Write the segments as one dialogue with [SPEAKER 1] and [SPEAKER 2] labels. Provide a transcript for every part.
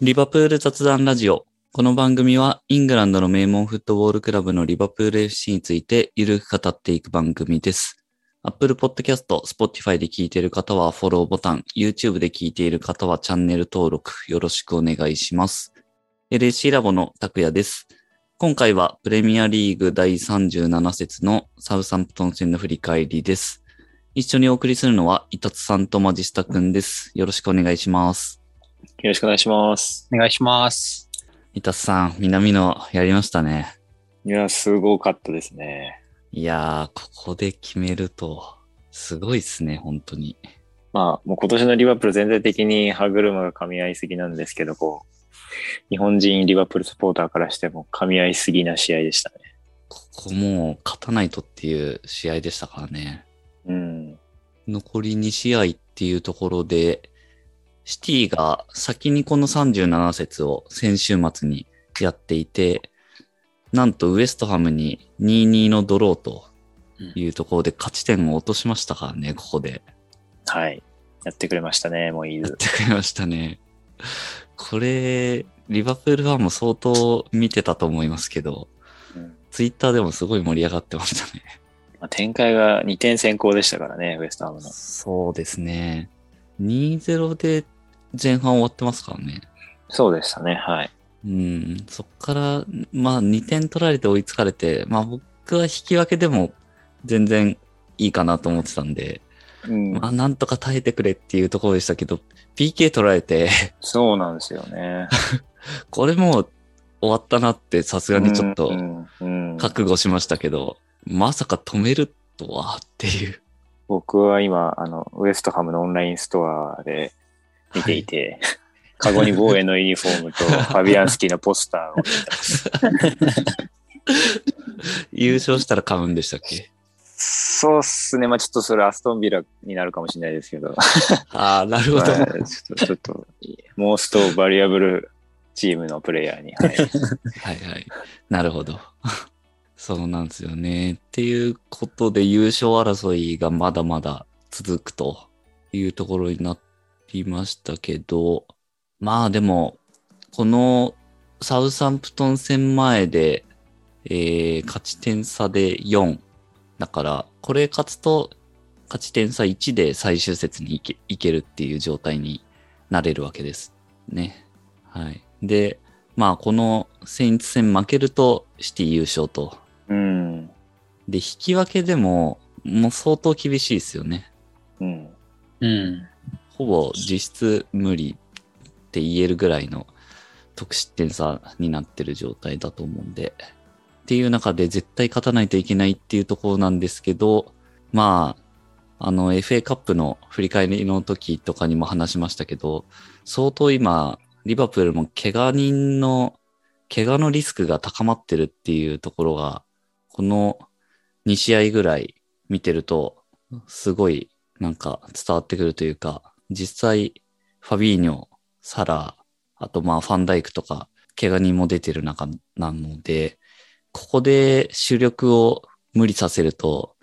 [SPEAKER 1] リバプール雑談ラジオ。この番組はイングランドの名門フットボールクラブのリバプール FC についてゆるく語っていく番組です。Apple Podcast、Spotify で聞いている方はフォローボタン、YouTube で聞いている方はチャンネル登録よろしくお願いします。LAC ラボの拓也です。今回はプレミアリーグ第37節のサウサンプトン戦の振り返りです。一緒にお送りするのは、イタツさんとマジスタくんです。よろしくお願いします。
[SPEAKER 2] よろしくお願いします。
[SPEAKER 3] お願いします。
[SPEAKER 1] 伊達さん、南野やりましたね。
[SPEAKER 2] いや、すごかったですね。
[SPEAKER 1] いやー、ここで決めると、すごいっすね、本当に。
[SPEAKER 2] まあ、もう今年のリバプール全体的に歯車が噛み合いすぎなんですけど、こう、日本人リバプールサポーターからしても噛み合いすぎな試合でしたね。
[SPEAKER 1] ここもう勝たないとっていう試合でしたからね。
[SPEAKER 2] うん。
[SPEAKER 1] 残り2試合っていうところで、シティが先にこの37節を先週末にやっていて、なんとウエストハムに2-2のドローというところで勝ち点を落としましたからね、ここで。
[SPEAKER 2] はい。やってくれましたね、もうイ
[SPEAKER 1] や
[SPEAKER 2] ー
[SPEAKER 1] っ
[SPEAKER 2] ズ。
[SPEAKER 1] てくれましたね。これ、リバプールファンも相当見てたと思いますけど、
[SPEAKER 2] うん
[SPEAKER 1] ツイッターでもすごい盛り上がってましたね。
[SPEAKER 2] まあ、展開が2点先行でしたからね、ウエストハムの。
[SPEAKER 1] そうですね。2-0で前半終わってますからね。
[SPEAKER 2] そうでしたね、はい。
[SPEAKER 1] うん、そっから、まあ2点取られて追いつかれて、まあ僕は引き分けでも全然いいかなと思ってたんで、
[SPEAKER 2] うん
[SPEAKER 1] まあなんとか耐えてくれっていうところでしたけど、PK 取られて、
[SPEAKER 2] そうなんですよね。
[SPEAKER 1] これもう終わったなってさすがにちょっと、
[SPEAKER 2] うんうんうん
[SPEAKER 1] 覚悟しましたけど、まさか止めるとはっていう。
[SPEAKER 2] 僕は今、あの、ウエストハムのオンラインストアで見ていて、カゴに防衛のユニフォーム とファビアンスキーのポスターを見てた。
[SPEAKER 1] 優勝したら買うんでしたっけ
[SPEAKER 2] そうっすね。まあちょっとそれアストンビラになるかもしれないですけど、
[SPEAKER 1] ああ、なるほ
[SPEAKER 2] まあ
[SPEAKER 1] ど。
[SPEAKER 2] ちょっと、ちょっと、モーストバリアブルチームのプレイヤーに、はい、
[SPEAKER 1] はいはい。なるほど。 そうなんですよね。っていうことで優勝争いがまだまだ続くというところになりましたけど、まあでも、このサウサンプトン戦前で、えー勝ち点差で4。だから、これ勝つと勝ち点差1で最終節に行け行けるっていう状態になれるわけですね。はい。で、まあ、このセインツ戦負けるとシティ優勝と。
[SPEAKER 2] うん。
[SPEAKER 1] で、引き分けでも、もう相当厳しいですよね。
[SPEAKER 2] うん。
[SPEAKER 3] うん。
[SPEAKER 1] ほぼ実質無理って言えるぐらいの得失点差になってる状態だと思うんで。っていう中で絶対勝たないといけないっていうところなんですけど、まあ、あの FA カップの振り返りの時とかにも話しましたけど、相当今、リバプールも怪我人の、怪我のリスクが高まってるっていうところが、この2試合ぐらい見てると、すごいなんか伝わってくるというか、実際、ファビーニョ、サラー、あとまあファンダイクとか、怪我人も出てる中なので、ここで主力を無理させると、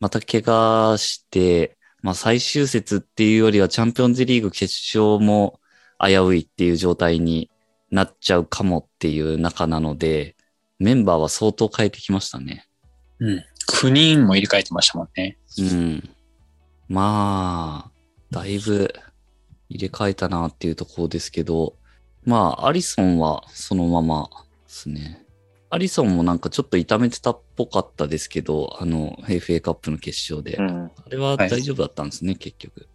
[SPEAKER 1] また怪我して、まあ最終節っていうよりはチャンピオンズリーグ決勝も危ういっていう状態になっちゃうかもっていう中なので、メンバーは相当変えてきましたね。
[SPEAKER 3] うん。9人も入れ替えてましたもんね。
[SPEAKER 1] うん。まあ、だいぶ入れ替えたなっていうところですけど、まあ、アリソンはそのままですね。アリソンもなんかちょっと痛めてたっぽかったですけど、あの、FA カップの決勝で。
[SPEAKER 2] う
[SPEAKER 1] あ
[SPEAKER 2] ん。
[SPEAKER 1] れは
[SPEAKER 3] はい
[SPEAKER 1] 大丈夫だったんですね、結局。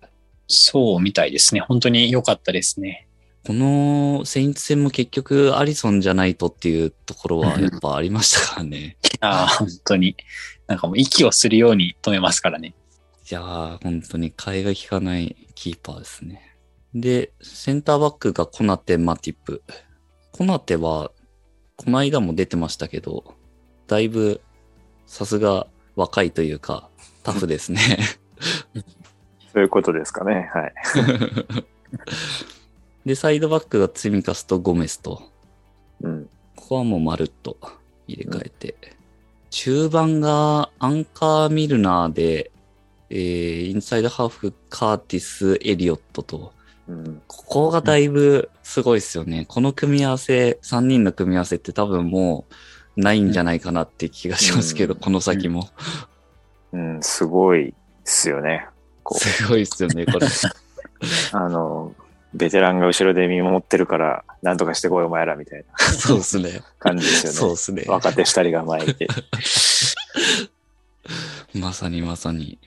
[SPEAKER 3] そうみたいですね。本当に良かったですね。
[SPEAKER 1] このセインツ戦も結局アリソンじゃないとっていうところはやっぱありましたからね。
[SPEAKER 3] ああ、本当に。なんかもう息をするように止めますからね。
[SPEAKER 1] いやー、本当に替えが利かないキーパーですね。で、センターバックがコナテ、マティップ。コナテは、この間も出てましたけど、だいぶ、さすが若いというか、タフですね。
[SPEAKER 2] そういうことですかね。はい。
[SPEAKER 1] で、サイドバックがツミカスとゴメスと、
[SPEAKER 2] うん。
[SPEAKER 1] ここはもうまるっと入れ替えて。中盤がアンカー・ミルナーで、えーインサイドハーフ、カーティス、エリオットと
[SPEAKER 2] うん。
[SPEAKER 1] ここがだいぶすごいですよね。この組み合わせ、3人の組み合わせって多分もうないんじゃないかなって気がしますけど、
[SPEAKER 2] うん
[SPEAKER 1] この先も。
[SPEAKER 2] うん、すごいっすよね。こう、
[SPEAKER 1] すごいですよね、これ。
[SPEAKER 2] あの、ベテランが後ろで見守ってるから、なんとかしてこいお前らみたいな
[SPEAKER 1] そうですね。
[SPEAKER 2] 感じ です
[SPEAKER 1] そう
[SPEAKER 2] よね。
[SPEAKER 1] ですね。
[SPEAKER 2] 若手二人が前にいて。
[SPEAKER 1] まさにまさに。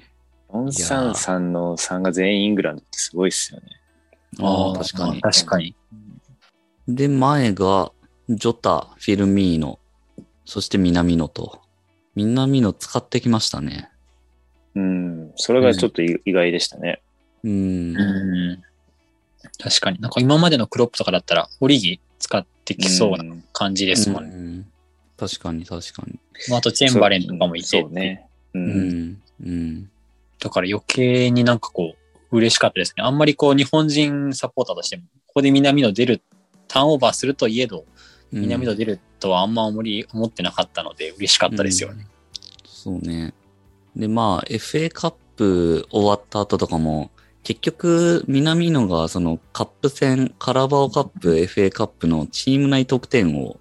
[SPEAKER 2] ノンサンさんの3が全員イングランドってすごいっすよね。
[SPEAKER 1] ああ、
[SPEAKER 3] ー
[SPEAKER 1] 確かに
[SPEAKER 3] まあ。確かに。
[SPEAKER 1] で、前が、ジョタ、フィルミーノ、そして南野と。南野使ってきましたね。
[SPEAKER 2] うん、それがちょっと意意外でしたね。
[SPEAKER 1] うん。
[SPEAKER 3] うん。確かに。なんか今までのクロップとかだったら、オリギ使ってきそうな
[SPEAKER 2] うん
[SPEAKER 3] 感じですもんね。
[SPEAKER 1] うん確かに確かに。
[SPEAKER 3] まああとチェンバレンとかもいて
[SPEAKER 2] そう、ね。う。
[SPEAKER 1] うんん。うん。
[SPEAKER 3] だから余計になんかこう、嬉しかったですね。あんまりこう、日本人サポーターとしても、ここで南野出る、ターンオーバーするといえど、
[SPEAKER 1] うん
[SPEAKER 3] 南野出るとはあんま思り思ってなかったので、嬉しかったですよね。
[SPEAKER 1] そうね。で、まあ、FA カップ終わった後とかも、結局、南野がそのカップ戦、カラバオカップ、FA カップのチーム内得点を、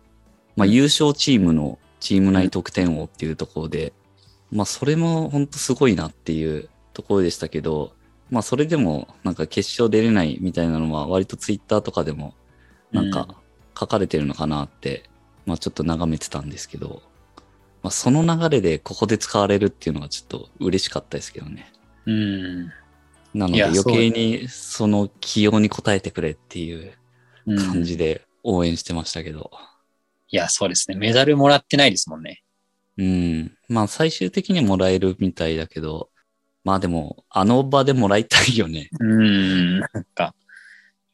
[SPEAKER 1] まあ、優勝チームのチーム内得点王っていうところで、まあ、それも本当すごいなっていうところでしたけど、まあ、それでも、なんか決勝出れないみたいなのは、割とツイッターとかでも、なん
[SPEAKER 3] うん
[SPEAKER 1] か書かれてるのかなって、まあ、ちょっと眺めてたんですけど、まあ、その流れでここで使われるっていうのがちょっと嬉しかったですけどね。
[SPEAKER 3] うん。
[SPEAKER 1] なので
[SPEAKER 3] いや
[SPEAKER 1] 余計にその起用に応えてくれっていう
[SPEAKER 3] うん
[SPEAKER 1] 感じで応援してましたけど。
[SPEAKER 3] いや、そうですね。メダルもらってないですもんね。
[SPEAKER 1] うん。まあ最終的にはもらえるみたいだけど、まあでもあの場でもらいたいよね。
[SPEAKER 3] うん。なんか、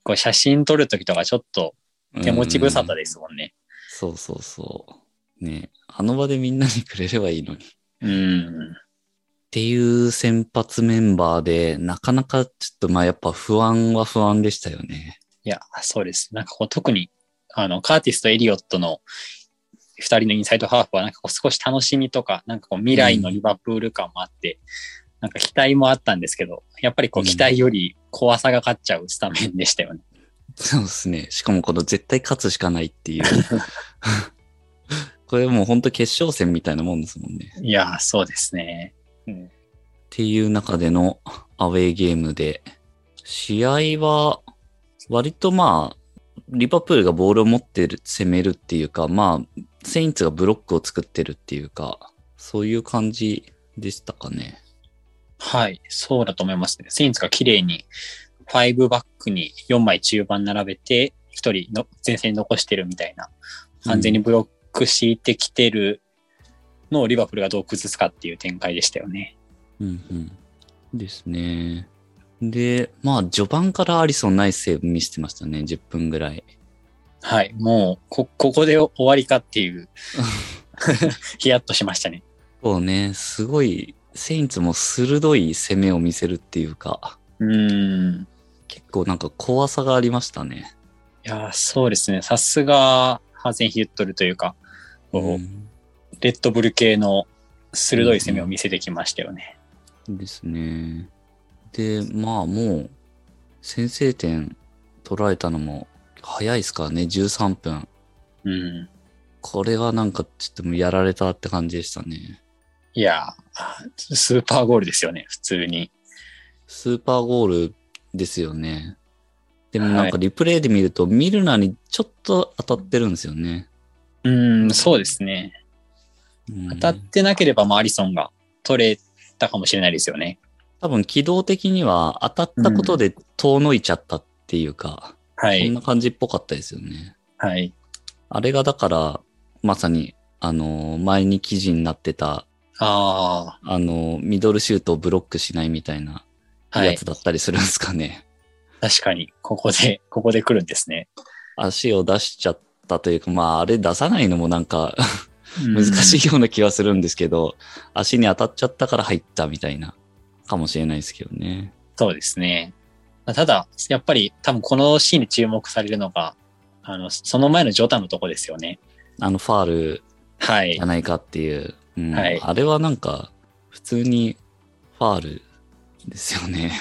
[SPEAKER 3] こう写真撮るときとかちょっと手持ち無沙汰
[SPEAKER 1] で。
[SPEAKER 3] ですもんね。
[SPEAKER 1] そうそうそう。ねあの場でみんなにくれればいいのに。
[SPEAKER 3] うん。
[SPEAKER 1] っていう先発メンバーで、なかなかちょっとまあやっぱ不安は不安でしたよね。
[SPEAKER 3] いや、そうです。なんかこう特に、あの、カーティスとエリオットの二人のインサイドハーフはなんかこう少し楽しみとか、なんかこう未来のリバプール感もあって、なんか期待もあったんですけど、やっぱりこう
[SPEAKER 1] うん
[SPEAKER 3] 期待より怖さが勝っちゃうスタメンでしたよね。
[SPEAKER 1] そうですね。しかもこの絶対勝つしかないって いう。これもうほんと決勝戦みたいなもんですもんね。
[SPEAKER 3] いや、そうですね。
[SPEAKER 2] うん
[SPEAKER 1] っていう中でのアウェイゲームで、試合は割とまあ、リバプールがボールを持ってる、攻めるっていうか、まあ、セインツがブロックを作ってるっていうか、そういう感じでしたかね。
[SPEAKER 3] はい、そうだと思いますね。セインツが綺麗に5バックに4枚中盤並べて、1人の前線に残してるみたいな、完全にブロック敷いてきてるのをリバプールがどう崩すかっていう展開でしたよね。
[SPEAKER 1] うんうん。ですね。で、まあ、序盤からアリソンナイスセーブ見せてましたね、10分ぐらい。
[SPEAKER 3] はい、もうこ、ここで終わりかっていう、ヒヤッとしましたね。
[SPEAKER 1] そうね、すごい、セインツも鋭い攻めを見せるっていうか、
[SPEAKER 3] うーん。
[SPEAKER 1] 結構なんか怖さがありましたね。
[SPEAKER 3] いやー、そうですね。さすが、ハーゼンヒュットルというか、こ
[SPEAKER 1] ん
[SPEAKER 3] うレッドブル系の鋭い攻めを見せてきましたよね。
[SPEAKER 1] ですね。で、まあもう、先制点取られたのも早いですからね、13分。
[SPEAKER 3] うん
[SPEAKER 1] これはなんかちょっともうやられたって感じでしたね。
[SPEAKER 3] いやー、スーパーゴールですよね、普通に。
[SPEAKER 1] スーパーゴールですよね。でもなんかリプレイで見ると、ミルナにちょっと当たってるんですよね。
[SPEAKER 3] うん、そうですね。
[SPEAKER 1] うん
[SPEAKER 3] 当たってなければ、まあ、アリソンが取れたかもしれないですよね。
[SPEAKER 1] 多分軌道的には当たったことで遠のいちゃったっていうか、
[SPEAKER 3] は
[SPEAKER 1] こん
[SPEAKER 3] い。
[SPEAKER 1] な感じっぽかったですよね。
[SPEAKER 3] はい。
[SPEAKER 1] あれがだから、まさに、あのー、前に記事になってた、
[SPEAKER 3] あ
[SPEAKER 1] あのー、ミドルシュートをブロックしないみたいな
[SPEAKER 3] あ、は
[SPEAKER 1] や
[SPEAKER 3] い
[SPEAKER 1] つ。だったりするんですかね。
[SPEAKER 3] 確かに、ここで、ここで来るんですね。
[SPEAKER 1] 足を出しちゃったというか、まあ、あれ出さないのもなん か、難
[SPEAKER 3] い。
[SPEAKER 1] しいような気はするんですけど、足に当たっちゃったから入ったみたいな、かもしれないですけどね。
[SPEAKER 3] そうですね。ただ、やっぱり、多分このシーンに注目されるのが、あの、その前のジョタのとこですよね。
[SPEAKER 1] あのファール
[SPEAKER 3] はい
[SPEAKER 1] じゃ。ないかっていう。うん
[SPEAKER 3] はい
[SPEAKER 1] あれはなんか、普通にファールですよね。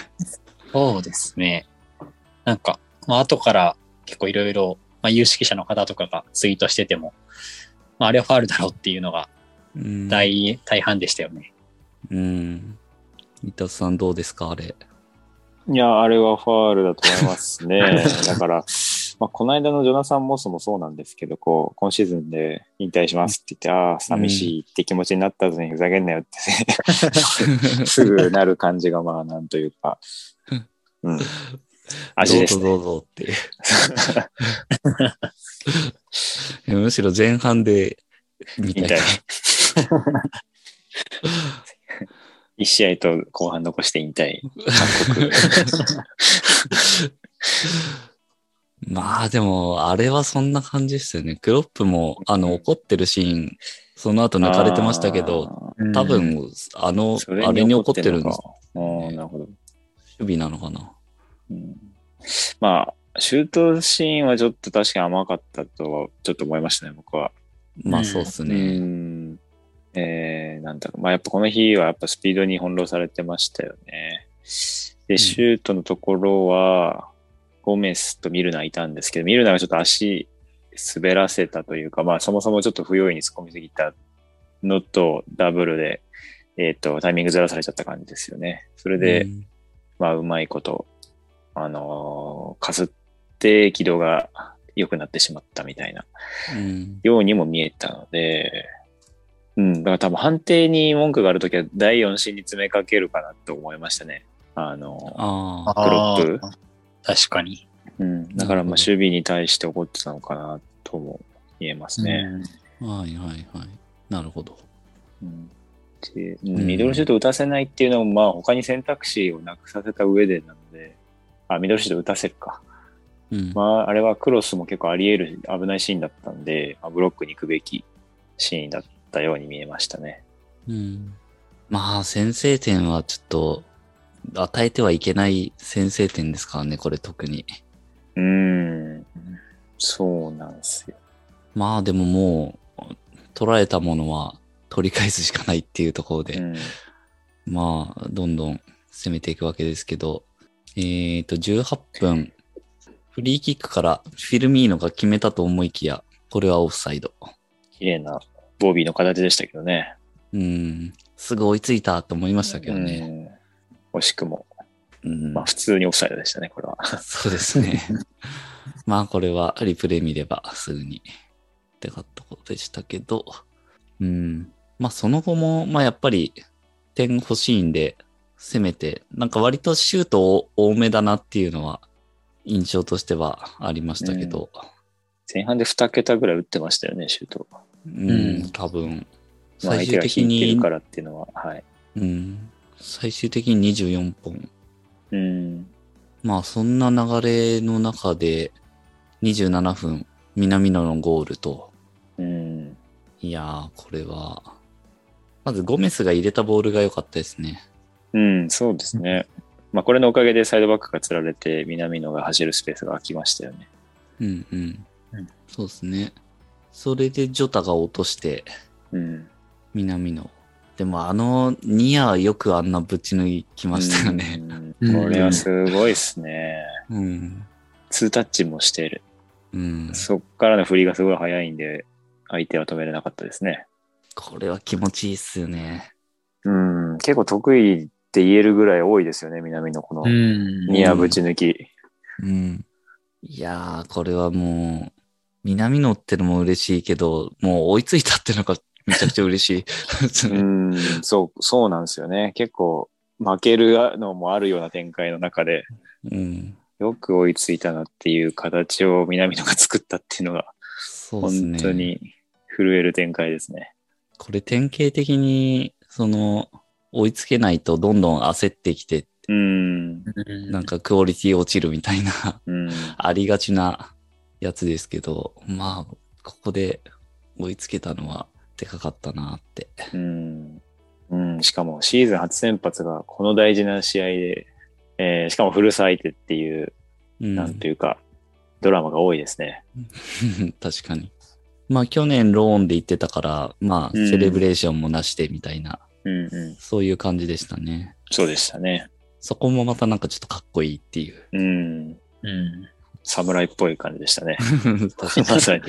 [SPEAKER 3] そうですね。なんか、まあ、後から結構いろいろ、まあ、有識者の方とかがツイートしてても、まあ、あれはファールだろうっていうのが
[SPEAKER 1] うん。
[SPEAKER 3] 大、大半でしたよね。
[SPEAKER 1] うん。三田さんどうですかあ れ。
[SPEAKER 2] いや、あれはファールだと思います ね。だから、まあ、この間のジョナサン・モスもそうなんですけど、こう、今シーズンで引退しますって言って、ああ、寂しいって気持ちになったのにふざけんなよって、すぐなる感じが、まあ、なんというか、うん、味ですね。
[SPEAKER 1] どうぞどうぞっていうい や。むしろ前半で見
[SPEAKER 2] 引
[SPEAKER 1] たい
[SPEAKER 2] 退。一試合と後半残して引退。
[SPEAKER 1] まあでも、あれはそんな感じですよね。クロップも、あの、怒ってるシーン、その後 抜かれてましたけど、
[SPEAKER 2] あ
[SPEAKER 1] 多
[SPEAKER 3] うん、
[SPEAKER 1] 分、あの
[SPEAKER 2] ー、、それ
[SPEAKER 1] あれに怒ってる
[SPEAKER 2] の
[SPEAKER 1] 守
[SPEAKER 2] か。うんなるほど。
[SPEAKER 1] 備なのかな。
[SPEAKER 2] うんまあ、シュートシーンはちょっと確かに甘かったとは、ちょっと思いましたね、僕は。
[SPEAKER 1] まあそうっす
[SPEAKER 2] う
[SPEAKER 1] ね。
[SPEAKER 2] ん。えー、なんだろう。まあ、やっぱこの日はやっぱスピードに翻弄されてましたよね。で、シュートのところは、ゴメスとミルナいたんですけど、ミルナがちょっと足滑らせたというか、まあ、そもそもちょっと不用意に突っ込みすぎたのと、ダブルで、えっ、と、タイミングずらされちゃった感じですよね。それで、
[SPEAKER 1] うん、
[SPEAKER 2] まあ、うまいこと、あのーかすって軌道が良くなってしまったみたいな
[SPEAKER 1] うん
[SPEAKER 2] ようにも見えたので、うん、だから多分判定に文句があるときは第4審に詰めかけるかなと思いましたね。あの、
[SPEAKER 1] ああ、
[SPEAKER 2] クロ
[SPEAKER 3] あ
[SPEAKER 2] ップ
[SPEAKER 3] ー確かに。
[SPEAKER 2] うん、だか
[SPEAKER 1] な
[SPEAKER 2] らまあ
[SPEAKER 1] るほど
[SPEAKER 2] 守備に対して怒ってたのかなとも言えますね。
[SPEAKER 3] うん
[SPEAKER 1] はいはいはい。なるほど。
[SPEAKER 2] うんでうんミドルシュート打たせないっていうのも、まあ他に選択肢をなくさせた上でなので、あ、ミドルシュート打たせるか。
[SPEAKER 1] うん。
[SPEAKER 2] まあ、あれはクロスも結構あり得る危ないシーンだったんで、まあブロックに行くべきシーンだったように見えましたね。
[SPEAKER 1] うんまあ、先制点はちょっと、与えてはいけない先制点ですからね、これ特に。
[SPEAKER 2] うーん、そうなんですよ。
[SPEAKER 1] まあ、でももう、捉えたものは取り返すしかないっていうところで、
[SPEAKER 2] うん
[SPEAKER 1] まあ、どんどん攻めていくわけですけど、えっ、と、18分、フリーキックからフィルミーノが決めたと思いきや、これはオフサイド。
[SPEAKER 2] 綺麗なボービーの形でしたけどね。
[SPEAKER 1] うん、すぐ追いついたと思いましたけどね。
[SPEAKER 2] うん、惜しくも、
[SPEAKER 1] うん、
[SPEAKER 2] まあ普通にオフサイドでしたね、これは。
[SPEAKER 1] そうですね。まあこれはリプレイ見ればすぐにってかったことでしたけど、うん。まあその後も、まあやっぱり点欲しいんで攻めて、なんか割とシュートを多めだなっていうのは印象としてはありましたけど、
[SPEAKER 2] 前半で2桁ぐらい打ってましたよね、シュート。
[SPEAKER 1] うん、
[SPEAKER 3] うん
[SPEAKER 1] 多分、
[SPEAKER 2] まあ、
[SPEAKER 1] 最
[SPEAKER 2] 相手
[SPEAKER 1] 終
[SPEAKER 2] が
[SPEAKER 1] 的
[SPEAKER 2] 引いて
[SPEAKER 1] に
[SPEAKER 2] る、からっていうのは、はい。
[SPEAKER 1] うん、最終的に24本
[SPEAKER 2] うん。
[SPEAKER 1] まあそんな流れの中で27分南野のゴールと、
[SPEAKER 2] うん。
[SPEAKER 1] いやーこれは、まずゴメスが入れたボールが良かったですね。
[SPEAKER 2] うん、そうですね。まあこれのおかげでサイドバックが釣られて、南野が走るスペースが空きましたよね。
[SPEAKER 1] うんうん。
[SPEAKER 3] うん
[SPEAKER 1] そうですね。それでジョタが落として
[SPEAKER 2] うん。
[SPEAKER 1] 南野。でもあのニアよくあんなぶち抜きましたよね。
[SPEAKER 2] う
[SPEAKER 3] うん
[SPEAKER 2] ん。これはすごいですね。
[SPEAKER 1] うん。
[SPEAKER 2] ツータッチもしてる。
[SPEAKER 1] うん。
[SPEAKER 2] そっからの振りがすごい早いんで、相手は止めれなかったですね。
[SPEAKER 1] これは気持ちいいっすよね。
[SPEAKER 2] うん。結構得意って言えるぐらい多いですよね、南のこの
[SPEAKER 3] うん
[SPEAKER 2] ニアぶち抜き。
[SPEAKER 1] うん。いやーこれはもう、南野ってのも嬉しいけど、もう追いついたってのがめちゃくちゃ嬉しい。
[SPEAKER 2] うん、そう、そうなんですよね。結構負けるのもあるような展開の中で、
[SPEAKER 1] うん。
[SPEAKER 2] よく追いついたなっていう形を南野が作ったっていうのが、
[SPEAKER 1] そうです
[SPEAKER 2] 本
[SPEAKER 1] ね。
[SPEAKER 2] 当に震える展開ですね。
[SPEAKER 1] これ典型的に、その、追いつけないとどんどん焦ってきて、
[SPEAKER 2] うん。
[SPEAKER 3] うん
[SPEAKER 1] なんかクオリティ落ちるみたいな、
[SPEAKER 2] うん。
[SPEAKER 1] ありがちなやつですけど、まあ、ここで追いつけたのは、でかかったなって。
[SPEAKER 2] うん。うん、しかもシーズン初先発がこの大事な試合で、えーしかも古巣相手っていう
[SPEAKER 1] うん、
[SPEAKER 2] なんていうか、ドラマが多いですね。
[SPEAKER 1] 確かに。まあ、去年ローンで行ってたから、まあ、
[SPEAKER 2] うん
[SPEAKER 1] セレブレーションもなしてみたいな、
[SPEAKER 2] うんうん。
[SPEAKER 1] そういう感じでしたね。
[SPEAKER 2] そうでしたね。
[SPEAKER 1] そこもまたなんかちょっとかっこいいっていう。
[SPEAKER 2] うん。
[SPEAKER 3] うん。
[SPEAKER 2] 侍っぽい感じでした ね。
[SPEAKER 1] 確
[SPEAKER 2] ま
[SPEAKER 1] か
[SPEAKER 2] さに。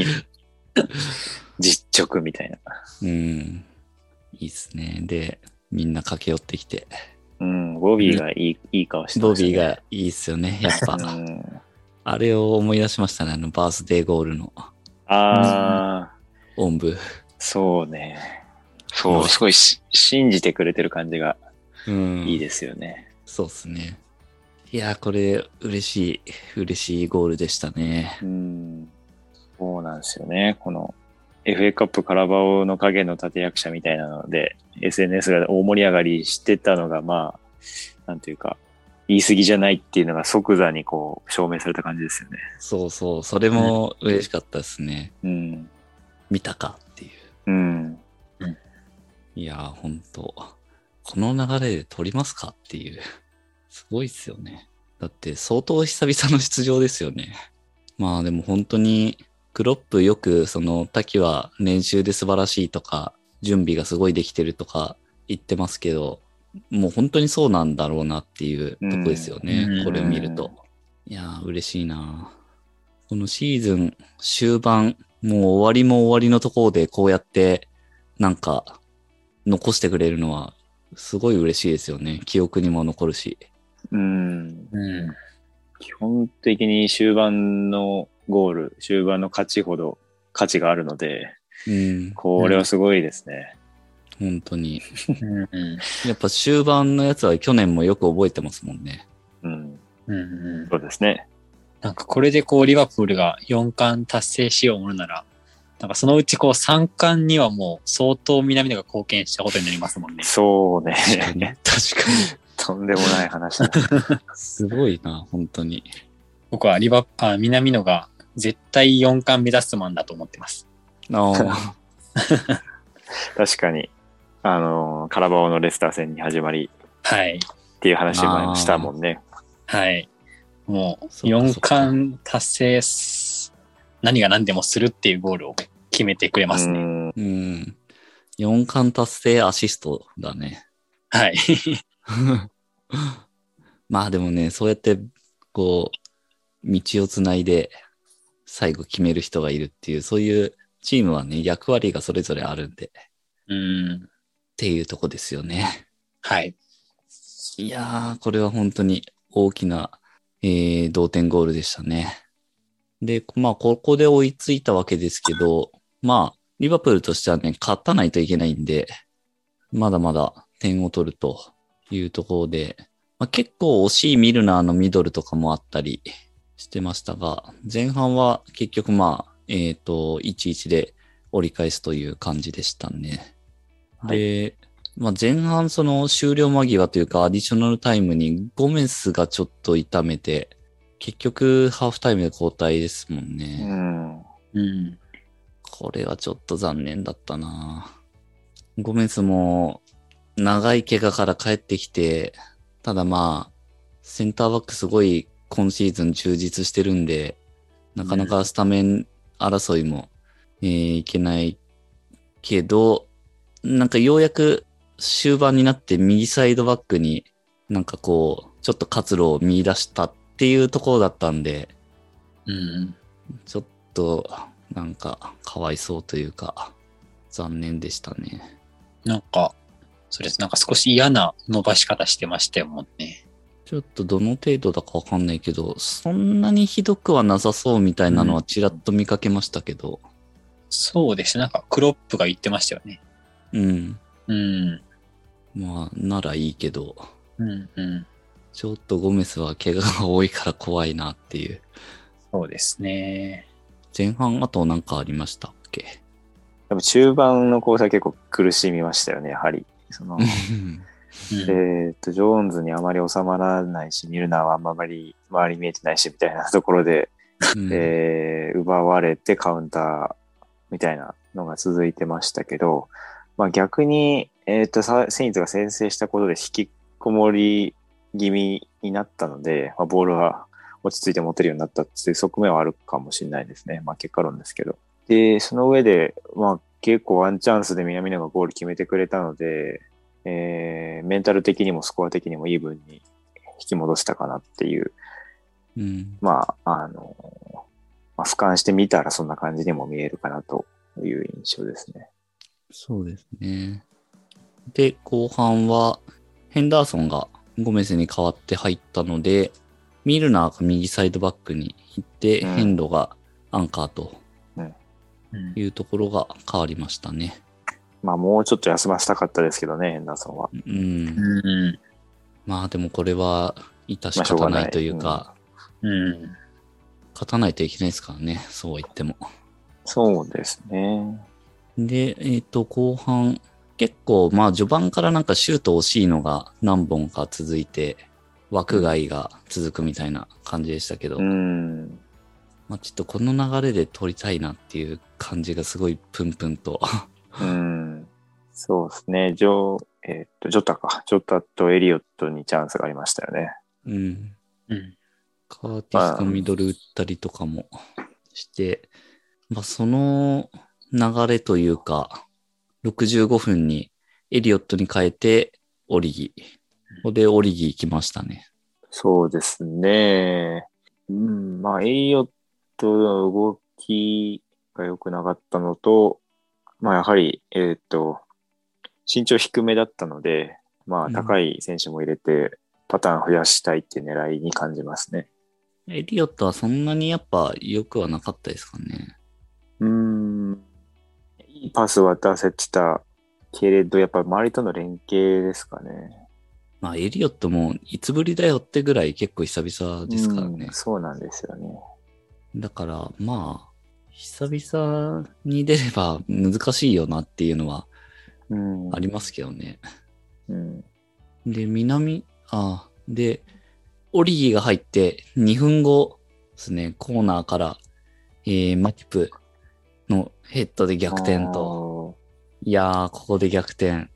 [SPEAKER 2] 実直みたいな。
[SPEAKER 1] に。うん。いいっすね。で、みんな駆け寄ってきて。
[SPEAKER 2] うん、ボビーがいい,、いい顔して
[SPEAKER 1] ボ
[SPEAKER 2] ました
[SPEAKER 1] ビ
[SPEAKER 2] ね
[SPEAKER 1] ーがいいっすよね、やっぱ。
[SPEAKER 2] うん、
[SPEAKER 1] あれを思い出しましたね、あの、バースデーゴールの
[SPEAKER 2] ああ、
[SPEAKER 1] おんぶ。
[SPEAKER 2] そうね。そうう、
[SPEAKER 1] ん
[SPEAKER 2] すごいし信じてくれてる感じが
[SPEAKER 1] うん。
[SPEAKER 2] いいですよね。
[SPEAKER 1] そうっすね。いやー、これ、嬉しい、嬉しいゴールでしたね。
[SPEAKER 2] うん、そうなんですよね。この FA カップカラバオの影の立役者みたいなので、SNS が大盛り上がりしてたのが、まあ、なんていうか、言い過ぎじゃないっていうのが即座にこう証明された感じですよね。
[SPEAKER 1] そうそう、それも嬉しかったですね。
[SPEAKER 2] うん。
[SPEAKER 1] 見たかっていう。
[SPEAKER 2] うん。
[SPEAKER 1] いやー、ほんと。この流れで取りますかっていう。すごいっすよね。だって相当久々の出場ですよね。まあでも本当に、クロップよくその滝は練習で素晴らしいとか、準備がすごいできてるとか言ってますけど、もう本当にそうなんだろうなっていうとこですよ
[SPEAKER 3] う
[SPEAKER 1] ね。
[SPEAKER 3] ん
[SPEAKER 1] これを見ると。いやー、嬉しいなこのシーズン終盤、もう終わりも終わりのところでこうやって、なんか、残してくれるのは、すごい嬉しいですよね。記憶にも残るし。
[SPEAKER 2] うん。
[SPEAKER 3] うん。
[SPEAKER 2] 基本的に終盤のゴール、終盤の勝ちほど価値があるので、
[SPEAKER 1] うん、
[SPEAKER 2] これはすごいですね。
[SPEAKER 1] 本当に。
[SPEAKER 3] うん。
[SPEAKER 1] やっぱ終盤のやつは去年もよく覚えてますもんね。
[SPEAKER 2] うん。
[SPEAKER 3] うん。
[SPEAKER 2] そうですね。
[SPEAKER 3] なんかこれでこうリバプールが4冠達成しようものなら、なんかそのうちこう3冠にはもう相当南野が貢献したことになりますもんね。
[SPEAKER 2] そう
[SPEAKER 1] 確かに。
[SPEAKER 2] ね。 とんでもない話だ。
[SPEAKER 1] すごいな、本当に。
[SPEAKER 3] 僕はリバあ南野が絶対4冠目指すマンだと思ってます。
[SPEAKER 1] あ
[SPEAKER 2] 確かに、あの、カラバオのレスター戦に始まり
[SPEAKER 3] はい。
[SPEAKER 2] っていう話もしたもんね。
[SPEAKER 3] はい。もう
[SPEAKER 1] そうかそう
[SPEAKER 3] 4
[SPEAKER 1] か
[SPEAKER 3] 冠達成す、何が何でもするっていうゴールを決めてくれます
[SPEAKER 2] う
[SPEAKER 3] ね。
[SPEAKER 2] ん
[SPEAKER 1] ーうん。4冠達成アシストだね。
[SPEAKER 3] はい。
[SPEAKER 1] まあでもね、そうやって、こう、道をつないで、最後決める人がいるっていう、そういうチームはね、役割がそれぞれあるんで、っ
[SPEAKER 3] うん。
[SPEAKER 1] ていうとこですよね。
[SPEAKER 3] はい。
[SPEAKER 1] いやー、これは本当に大きな、えー同点ゴールでしたね。で、まあ、ここで追いついたわけですけど、まあ、リバプールとしてはね、勝たないといけないんで、まだまだ点を取るというところで、まあ、結構惜しいミルナーのミドルとかもあったりしてましたが、前半は結局まあ、えっ、と、1-1で折り返すという感じでしたね。
[SPEAKER 2] はい
[SPEAKER 1] で、まあ、前半その終了間際というかアディショナルタイムにゴメスがちょっと痛めて、結局ハーフタイムで交代ですもんね。
[SPEAKER 2] うん。
[SPEAKER 3] うん。
[SPEAKER 1] これはちょっと残念だったなゴメスも長い怪我から帰ってきて、ただまあ、センターバックすごい今シーズン充実してるんで、なかなかスタメン争いも、えーいけないけど、なんかようやく終盤になって右サイドバックになんかこう、ちょっと活路を見出したっていうところだったんで、
[SPEAKER 3] うん。
[SPEAKER 1] ちょっと、なんか、かわいそうというか、残念でしたね。
[SPEAKER 3] なんか、そうです。なんか少し嫌な伸ばし方してましたよもんね。
[SPEAKER 1] ちょっとどの程度だかわかんないけど、そんなにひどくはなさそうみたいなのはちらっと見かけましたけど、
[SPEAKER 3] そうです。なんかクロップが言ってましたよね。
[SPEAKER 1] うん。
[SPEAKER 3] うん。
[SPEAKER 1] まあ、ならいいけど、
[SPEAKER 3] うんうん。
[SPEAKER 1] ちょっとゴメスは怪我が多いから怖いなっていう。
[SPEAKER 3] そうですね。
[SPEAKER 1] 前半あとなんかありましたっけ
[SPEAKER 2] でも中盤の交差結構苦しみましたよね、やはり。その、
[SPEAKER 3] うん
[SPEAKER 2] えーっと、ジョーンズにあまり収まらないし、ミルナーはあんまり周り見えてないし、みたいなところで、
[SPEAKER 1] うん
[SPEAKER 2] えー奪われてカウンターみたいなのが続いてましたけど、まあ、逆に、えーっとさセインツが先制したことで引きこもり気味になったので、まあ、ボールは落ち着いて持てるようになったっていう側面はあるかもしれないですね、まあ、結果論ですけど。で、その上で、まあ、結構ワンチャンスで南野がゴール決めてくれたので、えーメンタル的にもスコア的にもイーブンに引き戻したかなっていう
[SPEAKER 1] うん。
[SPEAKER 2] まあ、あの、まあ、俯瞰してみたらそんな感じにも見えるかなという印象ですね。
[SPEAKER 1] そうですね。で、後半は、ヘンダーソンがゴメスに代わって入ったので、ミルナーが右サイドバックに行って、
[SPEAKER 2] うん
[SPEAKER 1] ヘンドがアンカーと
[SPEAKER 3] うん
[SPEAKER 1] いうところが変わりましたね。
[SPEAKER 2] まあ、もうちょっと休ませたかったですけどね、ヘンダーソンは。
[SPEAKER 1] うん。
[SPEAKER 3] うん
[SPEAKER 1] まあでもこれは、致し
[SPEAKER 2] まあしょう
[SPEAKER 1] 方
[SPEAKER 2] が
[SPEAKER 1] な
[SPEAKER 2] ない
[SPEAKER 1] いというか、
[SPEAKER 3] うん
[SPEAKER 1] 勝たないといけないですからね、そうは言っても。
[SPEAKER 2] そうですね。
[SPEAKER 1] で、えっ、と、後半、結構、まあ、序盤からなんかシュート惜しいのが何本か続いて、枠外が続くみたいな感じでしたけど、
[SPEAKER 2] うん。
[SPEAKER 1] まあ、ちょっとこの流れで取りたいなっていう感じがすごいプンプンと。
[SPEAKER 2] うん。そうですね。ジョ、えーっと、ジョタか。ジョタとエリオットにチャンスがありましたよね。
[SPEAKER 1] うん。
[SPEAKER 3] うん
[SPEAKER 1] カーティスがミドル打ったりとかもして、まあ、その流れというか、65分にエリオットに変えて、オリギ。ここでオリギ行きましたね。
[SPEAKER 2] そうですね。うん、まあ、エリオットの動きが良くなかったのと、まあ、やはり、えーっと、身長低めだったので、ま
[SPEAKER 1] う
[SPEAKER 2] あ、
[SPEAKER 1] ん
[SPEAKER 2] 高い選手も入れて、パターン増やしたいっていう狙いに感じますね。
[SPEAKER 1] エリオットはそんなにやっぱ良くはなかったですかね。
[SPEAKER 2] うん、いいパスは出せてたけれど、やっぱ周りとの連携ですかね。
[SPEAKER 1] まあエリオットもいつぶりだよってぐらい結構久々ですからね
[SPEAKER 2] うん。そうなんですよね。
[SPEAKER 1] だからまあ、久々に出れば難しいよなっていうのは
[SPEAKER 2] うん
[SPEAKER 1] ありますけどね。
[SPEAKER 2] うん。
[SPEAKER 1] で、南、あ、で、オリギーが入って2分後ですね、コーナーから、えー、マティプのヘッドで逆転と。
[SPEAKER 2] と。
[SPEAKER 1] いやー、ここで逆転。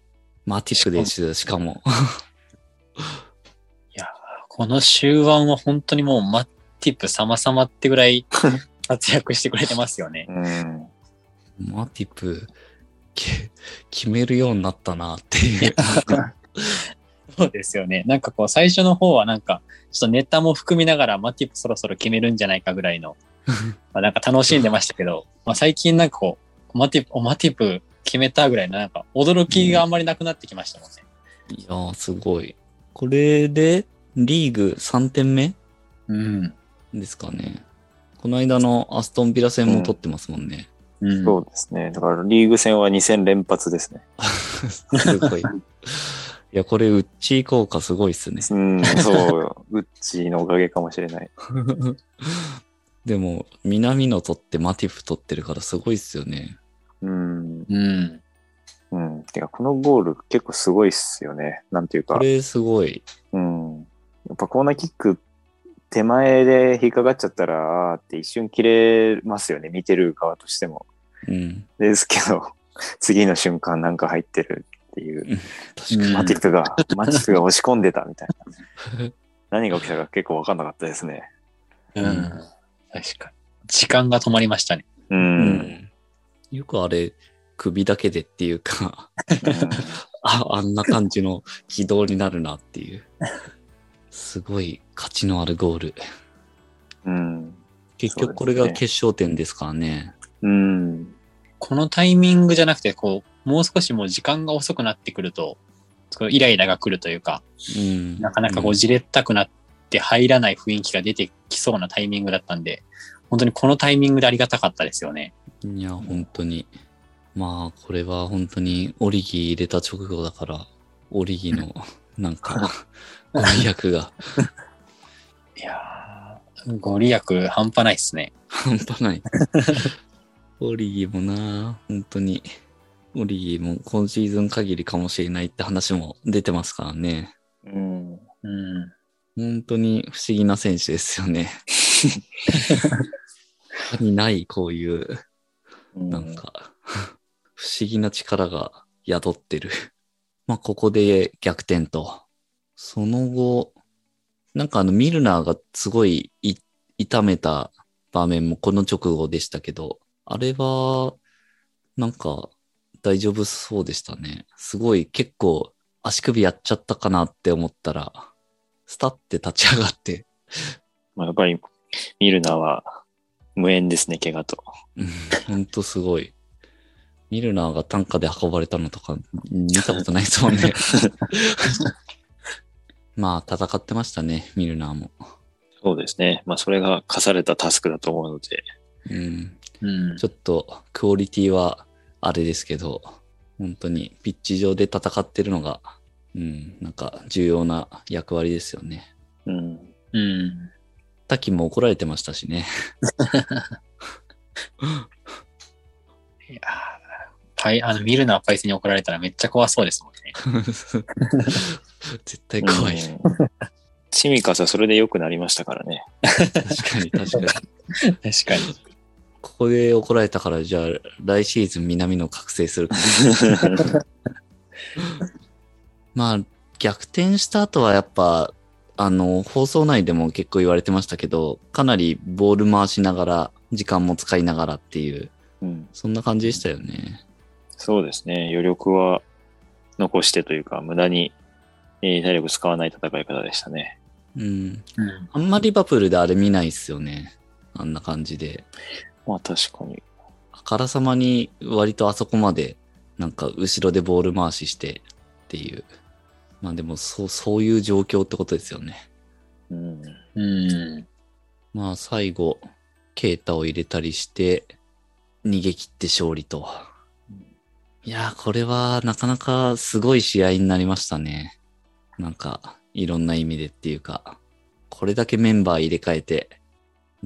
[SPEAKER 1] マティプです、しかも。
[SPEAKER 3] いやーこの終盤は本当にもうマッティップ様々ってぐらい活躍してくれてますよね。
[SPEAKER 2] うん。
[SPEAKER 1] マティプ、け決めるようになったなっていう。
[SPEAKER 3] そうですよね。なんかこう最初の方はなんかちょっとネタも含みながらマッティップそろそろ決めるんじゃないかぐらいの、まあ、なんか楽しんでましたけど、まあ、最近なんかこうマティップ、おマティップ決めたぐらいのなんか驚きがあんまりなくなってきましたもんね。
[SPEAKER 1] いやー、すごい。これで、リーグ3点目
[SPEAKER 3] うん。
[SPEAKER 1] ですかね。この間のアストンビラ戦も取ってますもんね。
[SPEAKER 3] うん。
[SPEAKER 2] そうですね。だからリーグ戦は2戦連発ですね。
[SPEAKER 1] すごい。いや、これ、うっち効果すごいっすね。
[SPEAKER 2] うん、そう。グッチのおかげかもしれない。
[SPEAKER 1] でも、南野取ってマティプ取ってるからすごいっすよね。
[SPEAKER 2] うん。
[SPEAKER 3] うん。
[SPEAKER 2] うん。てか、このゴール結構すごいっすよね。なんていう
[SPEAKER 1] こ
[SPEAKER 2] か。
[SPEAKER 1] れすごい。
[SPEAKER 2] うん。やっぱコーナーキック手前で引っかかっちゃったら、あーって一瞬切れますよね。見てる側としても。
[SPEAKER 1] うん。
[SPEAKER 2] ですけど、 次の瞬間なんか入ってるっていう。
[SPEAKER 1] 確かに。
[SPEAKER 2] マティップが、マティップが押し込んでたみたいな。
[SPEAKER 1] うん
[SPEAKER 2] 何が起きたか結構わかんなかったですね。
[SPEAKER 3] うん。
[SPEAKER 1] うん
[SPEAKER 3] 確かに。時間が止まりましたね。
[SPEAKER 2] うん。
[SPEAKER 1] よくあれ、首だけでっていうか。
[SPEAKER 2] うん
[SPEAKER 1] あ、あんな感じの軌道になるなっていう。すごい価値のあるゴール。
[SPEAKER 2] うん。
[SPEAKER 1] 結局これ
[SPEAKER 2] そう
[SPEAKER 1] が
[SPEAKER 2] です
[SPEAKER 1] 決勝点ですからね。
[SPEAKER 2] うん。
[SPEAKER 3] このタイミングじゃなくて、こう、もう少しもう時間が遅くなってくると、こうイライラが来るというか、
[SPEAKER 1] うん。
[SPEAKER 3] なかなかこう、じれったくなって入らない雰囲気が出てきそうなタイミングだったんで、本当にこのタイミングでありがたかったですよね。
[SPEAKER 1] うんいや、本当に。まあ、これは本当にオリギ入れた直後だから、オリギの、なんか、ご利益が
[SPEAKER 3] いやー、ご利益半端ないっすね。
[SPEAKER 1] 半端ない。オリギもな、本当に。オリギも今シーズン限りかもしれないって話も出てますからね。
[SPEAKER 2] うん。
[SPEAKER 3] うん。
[SPEAKER 1] 本当に不思議な選手ですよね。他にないこういう、なんか、 不思議な力が宿ってる。 まあ、ここで逆転と。その後、なんかあの、ミルナーがすごいい痛めた場面もこの直後でしたけど、あれは、なんか、大丈夫そうでしたね。すごい結構足首やっちゃったかなって思ったら、スタって立ち上がって、
[SPEAKER 2] まあ、やっぱりミルナは無縁ですね、怪我と。
[SPEAKER 1] うんほんとすごい。ミルナーが単価で運ばれたのとか見たことないですもん ね。まあ戦ってましたね、ミルナーも。
[SPEAKER 2] そうですね。まあ、それが課されたタスクだと思うので、
[SPEAKER 1] うん、
[SPEAKER 3] うん
[SPEAKER 1] ちょっとクオリティはあれですけど、本当にピッチ上で戦ってるのが、うん、なんか重要な役割ですよね。
[SPEAKER 2] うん。
[SPEAKER 3] うん。
[SPEAKER 1] 滝も怒られてましたしね。
[SPEAKER 3] いやーパイ、あの、見るのはパイセンに怒られたらめっちゃ怖そうですもんね。
[SPEAKER 1] 絶対怖い。
[SPEAKER 2] うん。チミカさん、それで良くなりましたからね。
[SPEAKER 1] 確かに確かに。
[SPEAKER 3] 確かに。
[SPEAKER 1] ここで怒られたから、じゃあ来シーズン南の覚醒するか。まあ、逆転した後はやっぱ、あの、放送内でも結構言われてましたけど、かなりボール回しながら、時間も使いながらっていう、
[SPEAKER 2] うん、
[SPEAKER 1] そんな感じでしたよね。
[SPEAKER 2] そうですね。余力は残してというか、無駄に、えー体力使わない戦い方でしたね。
[SPEAKER 1] うん。
[SPEAKER 3] うん。
[SPEAKER 1] あんまりバプルであれ見ないっすよね。あんな感じで。
[SPEAKER 2] まあ確かに。
[SPEAKER 1] あからさまに割とあそこまで、なんか後ろでボール回ししてっていう。まあでも、そう、そういう状況ってことですよね。
[SPEAKER 2] うん。
[SPEAKER 3] うん。
[SPEAKER 1] まあ最後、ケータを入れたりして、逃げ切って勝利と。いやー、これはなかなかすごい試合になりましたね。なんか、いろんな意味でっていうか、これだけメンバー入れ替えて、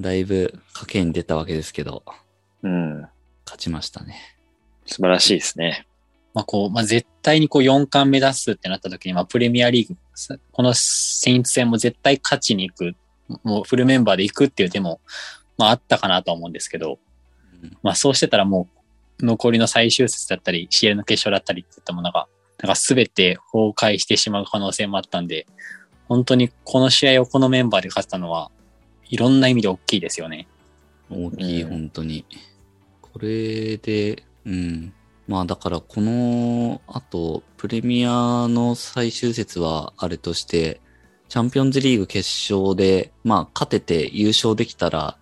[SPEAKER 1] だいぶ賭けに出たわけですけど、
[SPEAKER 2] うん。
[SPEAKER 1] 勝ちましたね。
[SPEAKER 2] 素晴らしいですね。
[SPEAKER 3] まあこう、まあ絶対にこう4冠目指すってなった時に、まあプレミアリーグ、さこの選出戦も絶対勝ちに行く、もうフルメンバーで行くっていう手も、まああったかなとは思うんですけど、
[SPEAKER 1] うん
[SPEAKER 3] まあそうしてたらもう残りの最終節だったり、試合の決勝だったりっていったものが、なんか全て崩壊してしまう可能性もあったんで、本当にこの試合をこのメンバーで勝ったのは、いろんな意味で大きいですよね。
[SPEAKER 1] 大きい、
[SPEAKER 2] うん
[SPEAKER 1] 本当に。これで、うん。まあだからこの後、プレミアの最終節はあれとして、チャンピオンズリーグ決勝で、まあ勝てて優勝できたら、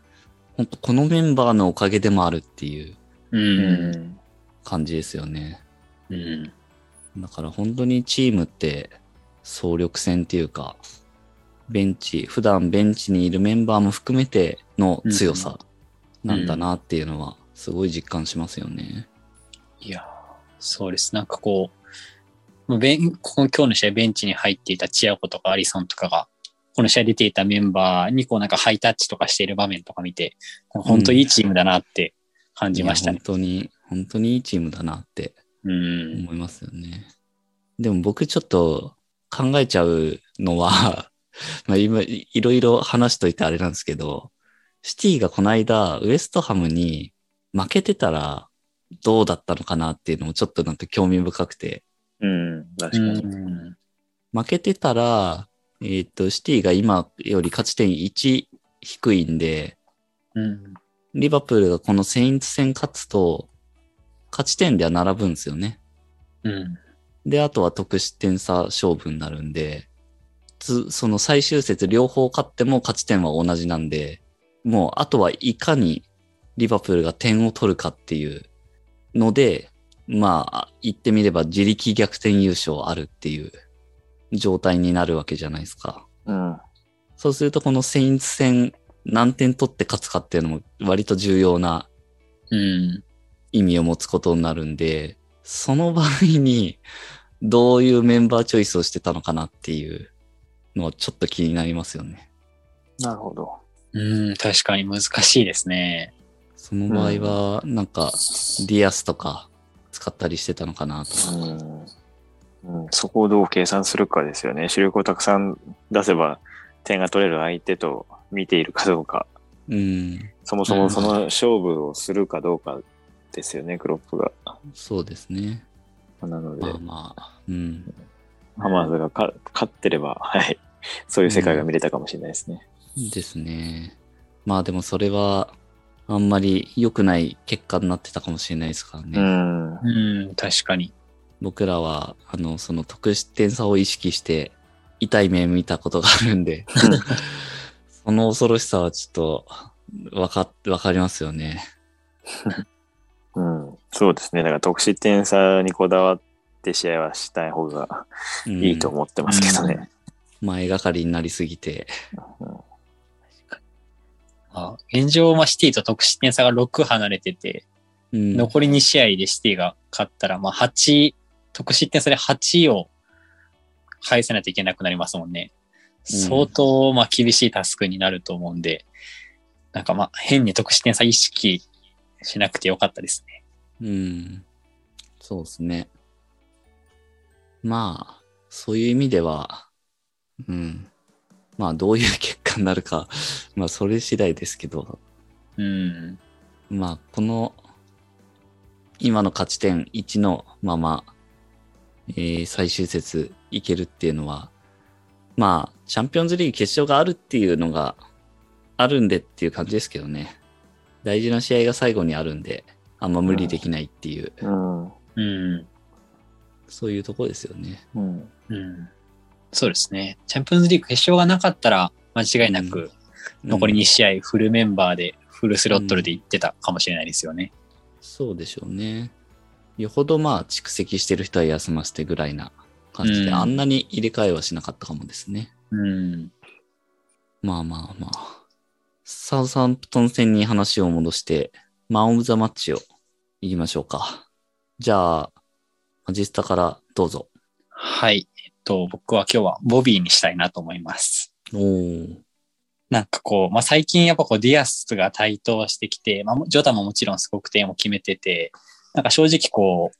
[SPEAKER 1] 本当このメンバーのおかげでもあるっていう
[SPEAKER 3] うん。
[SPEAKER 1] 感じですよね。
[SPEAKER 3] うん。
[SPEAKER 1] だから本当にチームって総力戦っていうか、ベンチ、普段ベンチにいるメンバーも含めての強さなんだなっていうのは、すごい実感しますよね。
[SPEAKER 3] いやー、そうです。なんかこう、ベンこの今日の試合ベンチに入っていたチアコとかアリソンとかが、この試合出ていたメンバーにこうなんかハイタッチとかしている場面とか見て、本当いいチームだなって感じました
[SPEAKER 1] い
[SPEAKER 3] ね
[SPEAKER 1] や。本当に、本当にいいチームだなって
[SPEAKER 3] うん。
[SPEAKER 1] 思いますよね。でも僕ちょっと考えちゃうのは、 まあ今いいろいろ話しといてあれなんですけど、シティがこの間ウエストハムに負けてたらどうだったのかなっていうのもちょっとなんか興味深くて、
[SPEAKER 2] うん。確かに。
[SPEAKER 3] うん。
[SPEAKER 1] 負けてたら、えっ、と、シティが今より勝ち点1低いんで、
[SPEAKER 3] うん。
[SPEAKER 1] リバプールがこのセインツ戦勝つと、勝ち点では並ぶんですよね。
[SPEAKER 3] うん。
[SPEAKER 1] で、あとは得失点差勝負になるんで、つその最終節両方勝っても勝ち点は同じなんで、もうあとはいかにリバプールが点を取るかっていうので、まあ、言ってみれば自力逆転優勝あるっていう状態になるわけじゃないですか。
[SPEAKER 2] うん。
[SPEAKER 1] そうするとこのセインツ戦何点取って勝つかっていうのも割と重要な
[SPEAKER 3] うん。
[SPEAKER 1] 意味を持つことになるんで、その場合にどういうメンバーチョイスをしてたのかなっていうのはちょっと気になりますよね。
[SPEAKER 2] なるほど。
[SPEAKER 3] うん、確かに難しいですね。
[SPEAKER 1] その場合は、なんか、ディアスとか使ったりしてたのかなとか。
[SPEAKER 2] うんうん、そこをどう計算するかですよね。主力をたくさん出せば点が取れる相手と見ているかどうか、
[SPEAKER 1] うん、
[SPEAKER 2] そもそもその勝負をするかどうかですよね、クロップが。
[SPEAKER 1] そうですね。
[SPEAKER 2] なので
[SPEAKER 1] まあ、まあ、うん。
[SPEAKER 2] ハマーズがか勝ってれば、はい、そういう世界が見れたかもしれないですね。
[SPEAKER 1] ですね。まあでもそれは、あんまり良くない結果になってたかもしれないですからね。
[SPEAKER 2] うん。
[SPEAKER 3] うん、確かに。
[SPEAKER 1] 僕らは、あの、その 得失点差を意識して、痛い目見たことがあるんで、そこの恐ろしさはちょっと、わか、わかりますよね。
[SPEAKER 2] うん、そうですね。だから得失点差にこだわって試合はしたい方が
[SPEAKER 1] うん
[SPEAKER 2] いいと思ってますけどね。
[SPEAKER 1] 前がかりになりすぎて。
[SPEAKER 3] あ現状、まあ、シティと得失点差が6離れてて、
[SPEAKER 1] うん。
[SPEAKER 3] 残り2試合でシティが勝ったら、まあ、8、得失点差で8を返せないといけなくなりますもんね。
[SPEAKER 1] うん
[SPEAKER 3] 相当、まあ、厳しいタスクになると思うんで、なんかまあ、変に得失点差意識しなくてよかったですね。
[SPEAKER 1] うん。そうですね。まあ、そういう意味では、うん。まあ、どういう結果になるか、まあ、それ次第ですけど、
[SPEAKER 3] うん。
[SPEAKER 1] まあ、この、今の勝ち点1のまま、えー最終節いけるっていうのは、まあ、チャンピオンズリーグ決勝があるっていうのが、あるんでっていう感じですけどね。大事な試合が最後にあるんで、あんま無理できないっていう、
[SPEAKER 2] うん。
[SPEAKER 3] うん。
[SPEAKER 1] そういうところですよね。
[SPEAKER 2] うん。
[SPEAKER 3] うん。そうですね。チャンピオンズリーグ決勝がなかったら、間違いな
[SPEAKER 1] う
[SPEAKER 3] く、残り
[SPEAKER 1] うん
[SPEAKER 3] 2試合フルメンバーで、フルスロットルで行ってたかもしれないですよね。
[SPEAKER 1] そうでしょうね。よほどまあ、蓄積してる人は休ませてぐらいな感じで、
[SPEAKER 3] うん
[SPEAKER 1] あんなに入れ替えはしなかったかもですね。
[SPEAKER 3] うん
[SPEAKER 1] まあまあまあ。サウサンプトン戦に話を戻して、マン・オブ・ザ・マッチを言いましょうか。じゃあ、マジスタからどうぞ。
[SPEAKER 3] はい。えっと、僕は今日はボビーにしたいなと思います。
[SPEAKER 1] おー。
[SPEAKER 3] なんかこう、まあ、最近やっぱこう、ディアスが台頭してきて、まあ、ジョタももちろんすごく点を決めてて、なんか正直こう、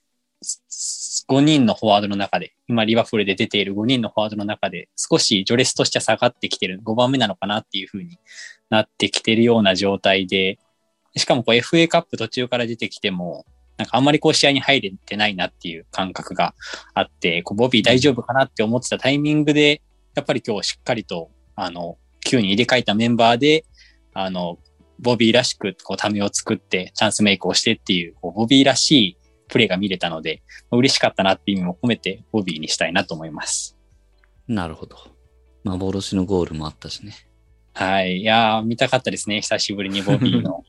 [SPEAKER 3] 5人のフォワードの中で、今リバプールで出ている5人のフォワードの中で、少し序列としては下がってきてる、5番目なのかなっていう風になってきてるような状態で、しかもこう FA カップ途中から出てきても、なんかあんまりこう試合に入れてないなっていう感覚があって、こうボビー大丈夫かなって思ってたタイミングで、やっぱり今日しっかりと、あの、9に入れ替えたメンバーで、あの、ボビーらしく、こう、ためを作って、チャンスメイクをしてっていう、こうボビーらしいプレーが見れたので、嬉しかったなっていう意味も込めて、ボビーにしたいなと思います。
[SPEAKER 1] なるほど。幻のゴールもあったしね。
[SPEAKER 3] はい。いやー、見たかったですね。久しぶりにボビー の。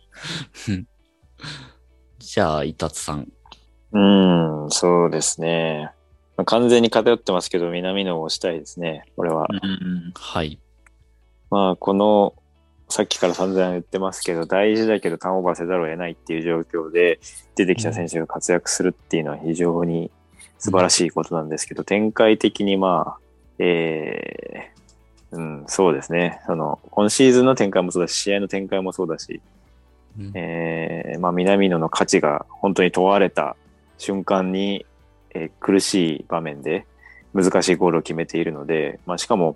[SPEAKER 1] じゃあ、イタツさん。
[SPEAKER 2] うん、そうですね。まあ完全に偏ってますけど、南野を押したいですね、これは。
[SPEAKER 3] うん。
[SPEAKER 1] はい。
[SPEAKER 2] まあ、この、さっきから散々言ってますけど、大事だけどターンオーバーせざるを得ないっていう状況で、出てきた選手が活躍するっていうのは非常に素晴らしいことなんですけど、展開的にまあ、えーうん、そうですね。その、今シーズンの展開もそうだし、試合の展開もそうだし、
[SPEAKER 1] うん
[SPEAKER 2] えーまあ、南野の価値が本当に問われた瞬間に、えー苦しい場面で難しいゴールを決めているので、まあ、しかも、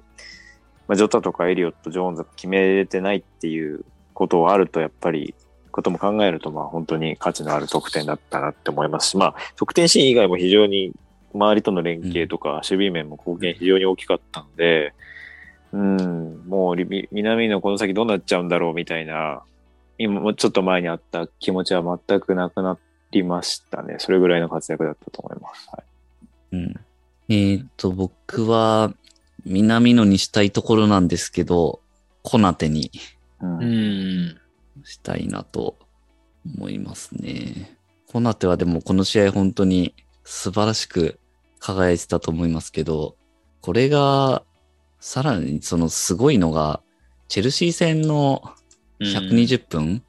[SPEAKER 2] まあ、ジョタとかエリオット、ジョーンズが決めれてないっていうことはあると、やっぱり、ことも考えると、まあ、本当に価値のある得点だったなって思いますし、まあ、得点シーン以外も非常に周りとの連携とか、守備面も貢献非常に大きかったので、うん、もうリビ、南野この先どうなっちゃうんだろうみたいな、今、もうちょっと前にあった気持ちは全くなくなりましたね。それぐらいの活躍だったと思います。は
[SPEAKER 1] う
[SPEAKER 2] い
[SPEAKER 1] ん、えーっと、僕は、南野にしたいところなんですけど、コナテに
[SPEAKER 2] うん
[SPEAKER 3] うん。
[SPEAKER 1] したいなと思いますね。コナテはでもこの試合本当に素晴らしく輝いてたと思いますけど、これがさらにそのすごいのが、チェルシー戦の120分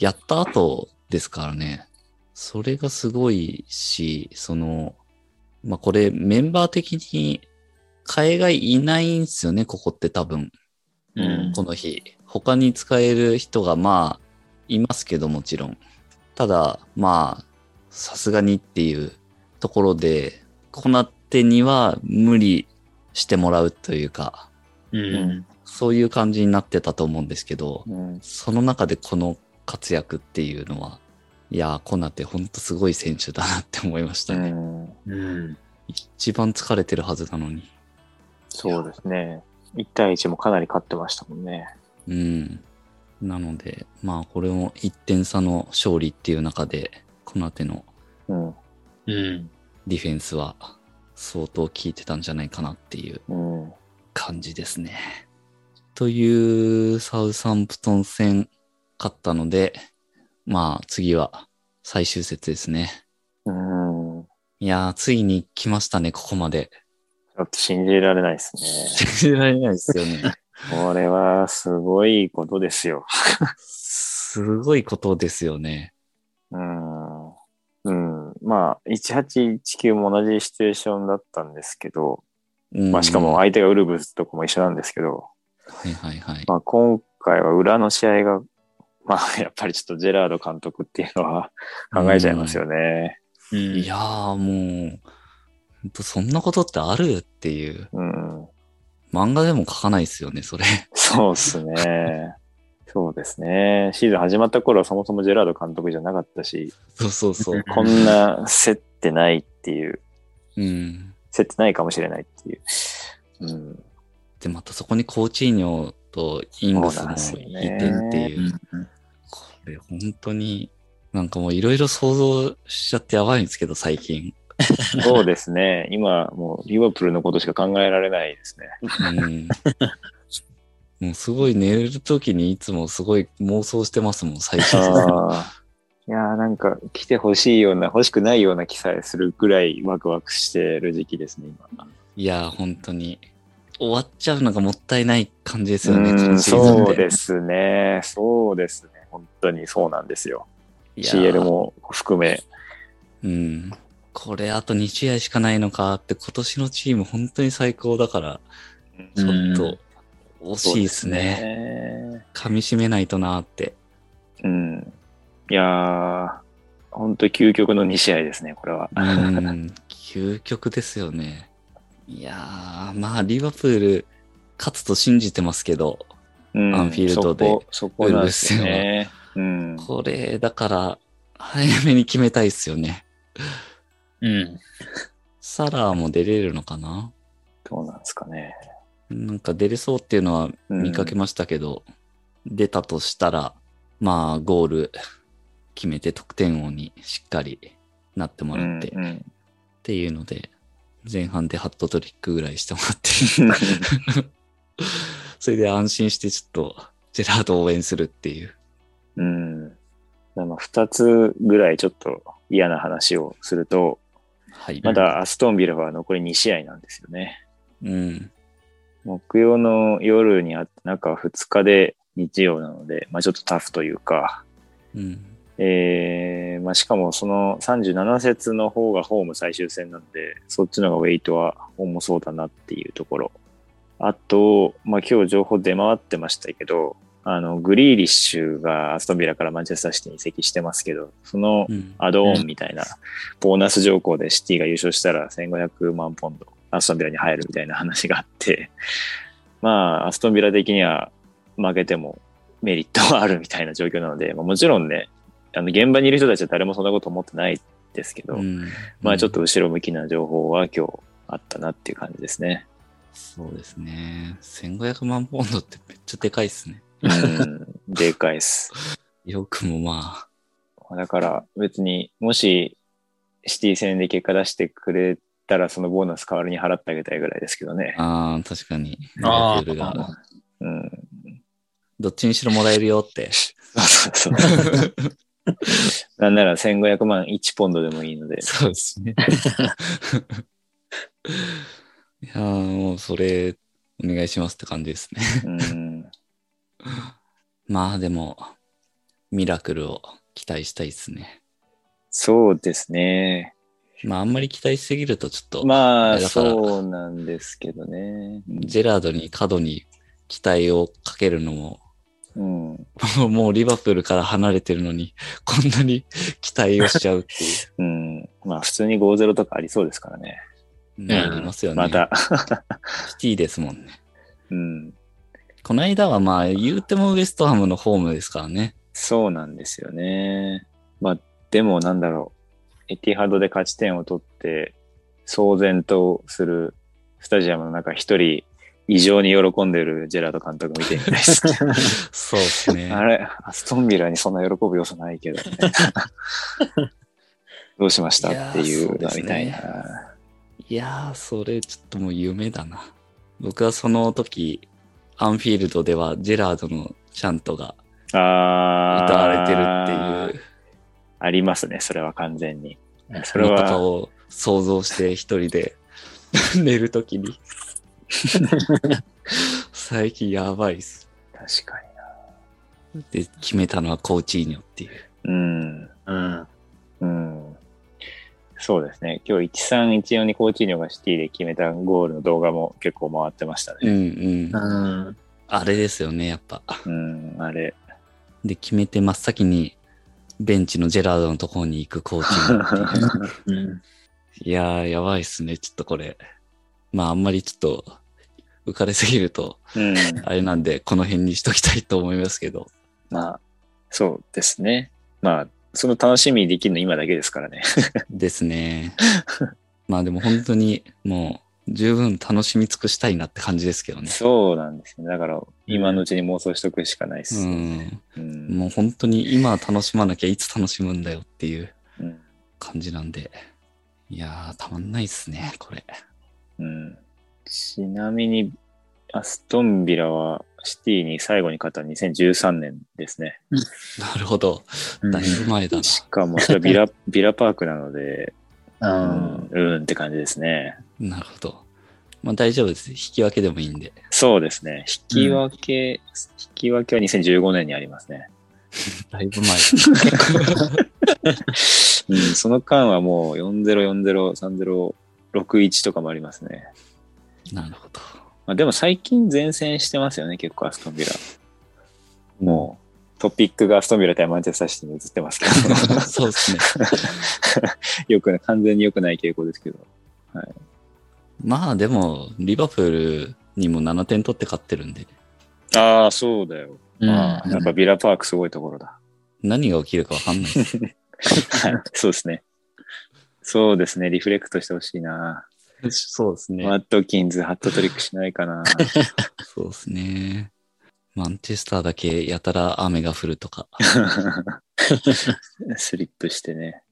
[SPEAKER 1] やった後ですからね。それがすごいし、その、まあ、これメンバー的に替えがいないんですよね、ここって多分。
[SPEAKER 3] うん。うん
[SPEAKER 1] この日。他に使える人がまあ、いますけどもちろん。ただ、まあ、さすがにっていうところで、こなってには無理してもらうというか、
[SPEAKER 3] うん。
[SPEAKER 1] そういう感じになってたと思うんですけど、
[SPEAKER 2] うん
[SPEAKER 1] その中でこの活躍っていうのは、いやー、コナテほんとすごい選手だなって思いました
[SPEAKER 2] う
[SPEAKER 1] ね。
[SPEAKER 2] ん
[SPEAKER 3] うん。
[SPEAKER 1] 一番疲れてるはずなのに。
[SPEAKER 2] そうですね。1対1もかなり勝ってましたもんね。
[SPEAKER 1] うん。なので、まあこれも1点差の勝利っていう中で、コナテの
[SPEAKER 2] うん
[SPEAKER 3] うん。
[SPEAKER 1] ディフェンスは相当効いてたんじゃないかなっていう
[SPEAKER 2] うん
[SPEAKER 1] 感じですね。というサウサンプトン戦勝ったので、まあ次は最終節ですね。
[SPEAKER 2] うん。
[SPEAKER 1] いやー、ついに来ましたね、ここまで。
[SPEAKER 2] ちょっと信じられないですね。
[SPEAKER 1] 信じられないですよね。
[SPEAKER 2] これはすごいことですよ。
[SPEAKER 1] すごいことですよね。
[SPEAKER 2] うん。うん。まあ、1819も同じシチュエーションだったんですけど、
[SPEAKER 1] うん
[SPEAKER 2] まあしかも、相手がウルブズとかも一緒なんですけど、
[SPEAKER 1] はいはいはい。
[SPEAKER 2] まあ今回は裏の試合が、まあやっぱりちょっとジェラード監督っていうのは考えちゃいますよね。
[SPEAKER 3] うん
[SPEAKER 1] いやーもう、ほんとそんなことってあるっていう。
[SPEAKER 2] うん。
[SPEAKER 1] 漫画でも書かないですよね、それ。
[SPEAKER 2] そうですね。そうですね。シーズン始まった頃はそもそもジェラード監督じゃなかったし、
[SPEAKER 1] そうそうそう。
[SPEAKER 2] こんな競ってないっていう、
[SPEAKER 1] うん。
[SPEAKER 2] 競ってないかもしれないっていう。うん、
[SPEAKER 1] で、またそこにコーチーニョとイングスもいてっていう。
[SPEAKER 3] うん
[SPEAKER 1] これ本当に、なんかもういろいろ想像しちゃってやばいんですけど、最近。
[SPEAKER 2] そうですね。今、もうリバプールのことしか考えられないですね。
[SPEAKER 1] うん。もうすごい寝るときにいつもすごい妄想してますもん、最初。
[SPEAKER 2] あ ーいやーなんか来てほしいような、欲しくないような気さえするぐらいワクワクしてる時期ですね、今。
[SPEAKER 1] いやー、本当に。終わっちゃうのがもったいない感じですよね、
[SPEAKER 2] うん
[SPEAKER 1] 今シーズン
[SPEAKER 2] そう
[SPEAKER 1] で。
[SPEAKER 2] ですね。そうですね。本当にそうなんですよ。
[SPEAKER 1] いやー
[SPEAKER 2] CL も含め。
[SPEAKER 1] うん。これあと2試合しかないのかって、今年のチーム本当に最高だから、ちょっと惜しいですね。
[SPEAKER 2] ね。
[SPEAKER 1] 噛み締めないとなーって。
[SPEAKER 2] うん。いやー、本当究極の2試合ですね、これは。
[SPEAKER 1] うん、究極ですよね。いやー、まあ、リバプール、勝つと信じてますけど、
[SPEAKER 2] うん、
[SPEAKER 1] アンフィールドで
[SPEAKER 2] そこ、そこなんですよね。うん。
[SPEAKER 1] これ、だから、早めに決めたいっすよね。
[SPEAKER 3] うん。
[SPEAKER 1] サラーも出れるのかな
[SPEAKER 2] どうなんですかね。
[SPEAKER 1] なんか出れそうっていうのは見かけましたけど、出たとしたら、まあ、ゴール決めて得点王にしっかりなっても
[SPEAKER 2] う
[SPEAKER 1] らっ
[SPEAKER 2] ん
[SPEAKER 1] て、
[SPEAKER 2] う
[SPEAKER 1] っ
[SPEAKER 2] ん、
[SPEAKER 1] ていうので、前半でハットトリックぐらいしてもらって、 それで安心してちょっと、ジェラードを応援するっていう。
[SPEAKER 2] うん。でも2つぐらいちょっと嫌な話をすると、
[SPEAKER 1] はい。
[SPEAKER 2] まだアストンビルは残り2試合なんですよね。
[SPEAKER 1] うん。
[SPEAKER 2] 木曜の夜にあ中2日で日曜なので、まあちょっとタフというか、
[SPEAKER 1] うん。
[SPEAKER 2] えーまあ、しかもその37節の方がホーム最終戦なんで、そっちの方がウェイトは重そうだなっていうところ。あと、まあ、今日情報出回ってましたけど、あの、グリーリッシュがアストンビラからマンチェスターシティに移籍してますけど、その
[SPEAKER 1] うん。
[SPEAKER 2] アドオンみたいな、ボーナス条項でシティが優勝したら1500万ポンド、アストンビラに入るみたいな話があって、 まあ、アストンビラ的には負けてもメリットはあるみたいな状況なので、まあ、もちろんね、あの、現場にいる人たちは誰もそんなこと思ってないですけど、
[SPEAKER 1] うん
[SPEAKER 2] まあ、ちょっと。後ろ向きな情報は今日あったなっていう感じですね。
[SPEAKER 1] そうですね。1500万ポンドってめっちゃでかいっすね。
[SPEAKER 2] うん、でかいっす。
[SPEAKER 1] よくもまあ。
[SPEAKER 2] だから別にもしシティ戦で結果出してくれたらそのボーナス代わりに払ってあげたいぐらいですけどね。
[SPEAKER 1] ああ、確かに。
[SPEAKER 3] あー
[SPEAKER 1] リバプールが
[SPEAKER 2] うん。
[SPEAKER 1] どっちにしろもらえるよって。
[SPEAKER 2] そうそうそう。 なんなら1500万1ポンドでもいいので。
[SPEAKER 1] そうです ね。いやーもうそれ、お願いしますって感じですね。
[SPEAKER 2] うん。
[SPEAKER 1] まあでも、ミラクルを期待したいですね。
[SPEAKER 2] そうですね。
[SPEAKER 1] まああんまり期待しすぎるとちょっと、
[SPEAKER 2] まあ、
[SPEAKER 1] だから
[SPEAKER 2] そうなんですけどね。
[SPEAKER 1] ジェラードに過度に期待をかけるのも、
[SPEAKER 2] うん。
[SPEAKER 1] もうリバプールから離れてるのに、こんなに期待をしちゃうっていう。
[SPEAKER 2] うん。まあ、普通に5-0とかありそうですからね。
[SPEAKER 1] なりますよね。
[SPEAKER 2] ま。た。
[SPEAKER 1] シティですもんね。
[SPEAKER 2] うん。
[SPEAKER 1] この間はまあ、言うてもウエストハムのホームですからね。
[SPEAKER 2] そうなんですよね。まあ、でもなんだろう。エティハードで勝ち点を取って、騒然とするスタジアムの中、一人異常に喜んでるジェラード監督見てみたいですね。
[SPEAKER 1] そうです ね。
[SPEAKER 2] あれ、アストンビラにそんな喜ぶ要素ないけど、 みたいなどうしました
[SPEAKER 1] いやー
[SPEAKER 2] っていう
[SPEAKER 1] そうで
[SPEAKER 2] の
[SPEAKER 1] すね
[SPEAKER 2] みたいな。
[SPEAKER 1] いやー、それちょっともう夢だな。僕はその時、アンフィールドではジェラードのシャントが
[SPEAKER 2] あ
[SPEAKER 1] 歌
[SPEAKER 2] あ。
[SPEAKER 1] われてるっていう
[SPEAKER 2] う。ありますね、それは完全に。それ
[SPEAKER 1] の方
[SPEAKER 2] は、
[SPEAKER 1] を想像して一人で 寝るときに。最近やばいっす。
[SPEAKER 2] 確か
[SPEAKER 1] で、決めたのはコーチーニョっていう。
[SPEAKER 2] に。うん。
[SPEAKER 3] うん。
[SPEAKER 2] うん。そうですね。今日1314にコーチーニョがシティで決めたゴールの動画も結構回ってました
[SPEAKER 1] うん
[SPEAKER 2] ね。
[SPEAKER 1] うん。
[SPEAKER 3] うん。
[SPEAKER 1] あれですよね、やっぱ。
[SPEAKER 2] うん、あれ。
[SPEAKER 1] で、決めて真っ先に、ベンチのジェラードのところに行くコーチーニョ っていう。
[SPEAKER 3] うん。
[SPEAKER 1] いやー、やばいっすね、ちょっとこれ。まあ、あんまりちょっと、浮かれすぎると、
[SPEAKER 2] うん。
[SPEAKER 1] あれなんで、この辺にしときたいと思いますけど。
[SPEAKER 2] まあ、そうですね。まあ、その楽しみできるの今だけですからね。
[SPEAKER 1] ですね。まあでも本当にもう十分楽しみ尽くしたいなって感じですけどね。
[SPEAKER 2] そうなんですね。だから、今のうちに妄想しとくしかないです。
[SPEAKER 1] うん。
[SPEAKER 2] うん。
[SPEAKER 1] もう本当に今楽しまなきゃいつ楽しむんだよっていう
[SPEAKER 2] うん。
[SPEAKER 1] 感じなんで。いやー、たまんないっすね、これ。
[SPEAKER 2] うんちなみに、アストンビラはシティに最後に勝ったの2013年ですね。
[SPEAKER 1] なるほど。
[SPEAKER 3] うん
[SPEAKER 1] だいぶ前だな。
[SPEAKER 2] しかも、それはビラ、 ビラパークなので、う
[SPEAKER 3] う。
[SPEAKER 2] んん、うんって感じですね。
[SPEAKER 1] なるほど。まあ大丈夫です。引き分けでもいいんで。
[SPEAKER 2] そうですね。引き分け、引き分けは2015年にありますね。
[SPEAKER 1] だいぶ前
[SPEAKER 2] うん、その間はもう4040、30、61とかもありますね。
[SPEAKER 1] だ。 なるほど。
[SPEAKER 2] まあ、でも最近前線してますよね、結構アストンビラ。もう、トピックがアストンビラ対マンチェスターシティに移ってますけ ど。
[SPEAKER 1] そうですね。
[SPEAKER 2] よくない、完全に良くない傾向ですけど。
[SPEAKER 1] まあでも、リバプールにも7点取って勝ってるんで、
[SPEAKER 2] ああ、そうだよ。
[SPEAKER 3] うん。
[SPEAKER 2] ああやっぱビラパークすごいところ だ。
[SPEAKER 1] 何が起きるかわかんないです。
[SPEAKER 2] はいそうですね。そうですね、リフレクトしてほしいな。
[SPEAKER 1] そうですね
[SPEAKER 2] ワットキンズ、ハットトリックしないかな。
[SPEAKER 1] そうですね。マンチェスターだけやたら雨が降ると か。
[SPEAKER 2] スリップしてね。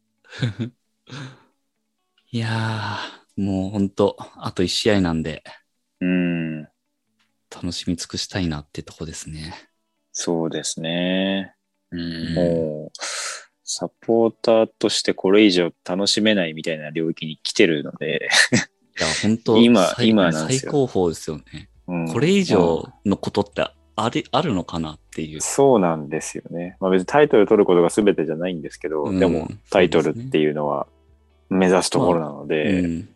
[SPEAKER 1] いやー、もうほんと、あと1試合なんで、
[SPEAKER 2] うん、
[SPEAKER 1] 楽しみ尽くしたいなってとこですね。
[SPEAKER 2] そうですね。
[SPEAKER 3] うん。
[SPEAKER 2] もう、サポーターとしてこれ以上楽しめないみたいな領域に来てるので、
[SPEAKER 1] いや、ほんと、
[SPEAKER 2] 今
[SPEAKER 1] 最
[SPEAKER 2] 今なんです
[SPEAKER 1] 最
[SPEAKER 2] よ
[SPEAKER 1] 高峰ですよね。
[SPEAKER 2] うん
[SPEAKER 1] これ以
[SPEAKER 2] うん
[SPEAKER 1] 上のことってあり、あるのかなっていう。
[SPEAKER 2] そうなんですよね。まあ別にタイトル取ることが全てじゃないんですけど、
[SPEAKER 1] うん
[SPEAKER 2] でもタイトルっていうのは目指すところなので、
[SPEAKER 1] うん。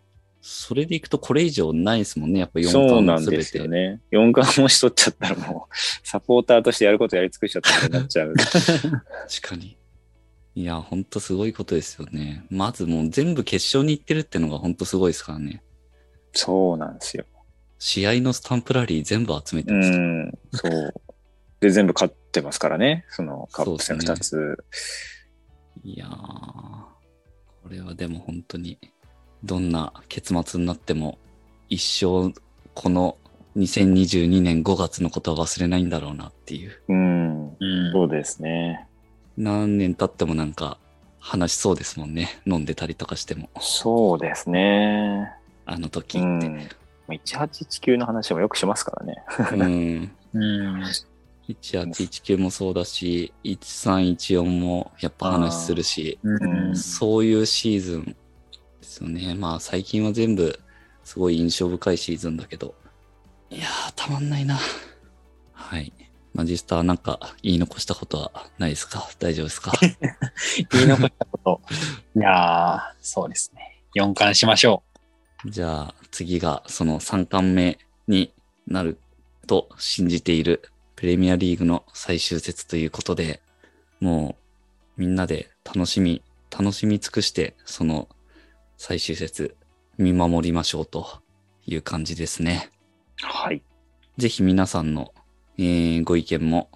[SPEAKER 1] それでいくとこれ以上ないですもんね。やっぱ4
[SPEAKER 2] そ
[SPEAKER 1] 冠
[SPEAKER 2] う
[SPEAKER 1] も
[SPEAKER 2] なん
[SPEAKER 1] 全て。
[SPEAKER 2] ですよね。4冠もし取っちゃったらもう、サポーターとしてやることやり尽くしちゃったことになっ ちゃう。
[SPEAKER 1] 確かに。いや、ほんとすごいことですよね。まずもう全部決勝に行ってるってのがほんとすごいですからね。
[SPEAKER 2] そうなんですよ。
[SPEAKER 1] 試合のスタンプラリー全部集めて
[SPEAKER 2] う
[SPEAKER 1] ました。
[SPEAKER 2] ん、そう。で、全部勝ってますからね。そのカップ戦
[SPEAKER 1] そう
[SPEAKER 2] 2
[SPEAKER 1] で
[SPEAKER 2] つ。
[SPEAKER 1] いやー、これはでも本当に、どんな結末になっても、一生、この2022年5月のことは忘れないんだろうなっていう。
[SPEAKER 2] うん、
[SPEAKER 3] うん。
[SPEAKER 2] そうですね。
[SPEAKER 1] 何年経ってもなんか、話しそうですもんね。飲んでたりとかしても。
[SPEAKER 2] そうですね。
[SPEAKER 1] あの時
[SPEAKER 2] う
[SPEAKER 1] って。
[SPEAKER 2] ん。まあ1819の話もよくしますからね。
[SPEAKER 1] うん。
[SPEAKER 3] うん。
[SPEAKER 1] 1819もそうだし、1314もやっぱ話するし。
[SPEAKER 3] うん。
[SPEAKER 1] そういうシーズンですよね。まあ最近は全部すごい印象深いシーズンだけど。いやー、たまんないな。はい。マジスターなんか言い残したことはないですか大丈夫ですか
[SPEAKER 3] 言い残したこと。いやー、そうですね。4冠しましょ
[SPEAKER 1] じゃあ次がその3冠目になると信じているプレミアリーグの最終節ということで、もうみんなで楽しみ、楽しみ尽くしてその最終節見守りましょうという感じですね。
[SPEAKER 2] はい。
[SPEAKER 1] ぜひ皆さんの、えーご意見も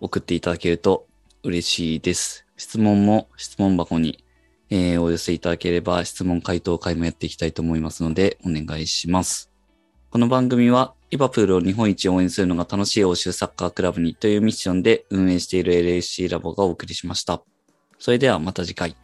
[SPEAKER 1] 送っていただけると嬉しいです。質問も質問箱に、えーお寄せいただければ質問回答会もやっていきたいと思いますのでお願いします。この番組はリバプールを日本一応援するのが楽しい欧州サッカークラブにというミッションで運営している LAC ラボがお送りしました。それではまた次回。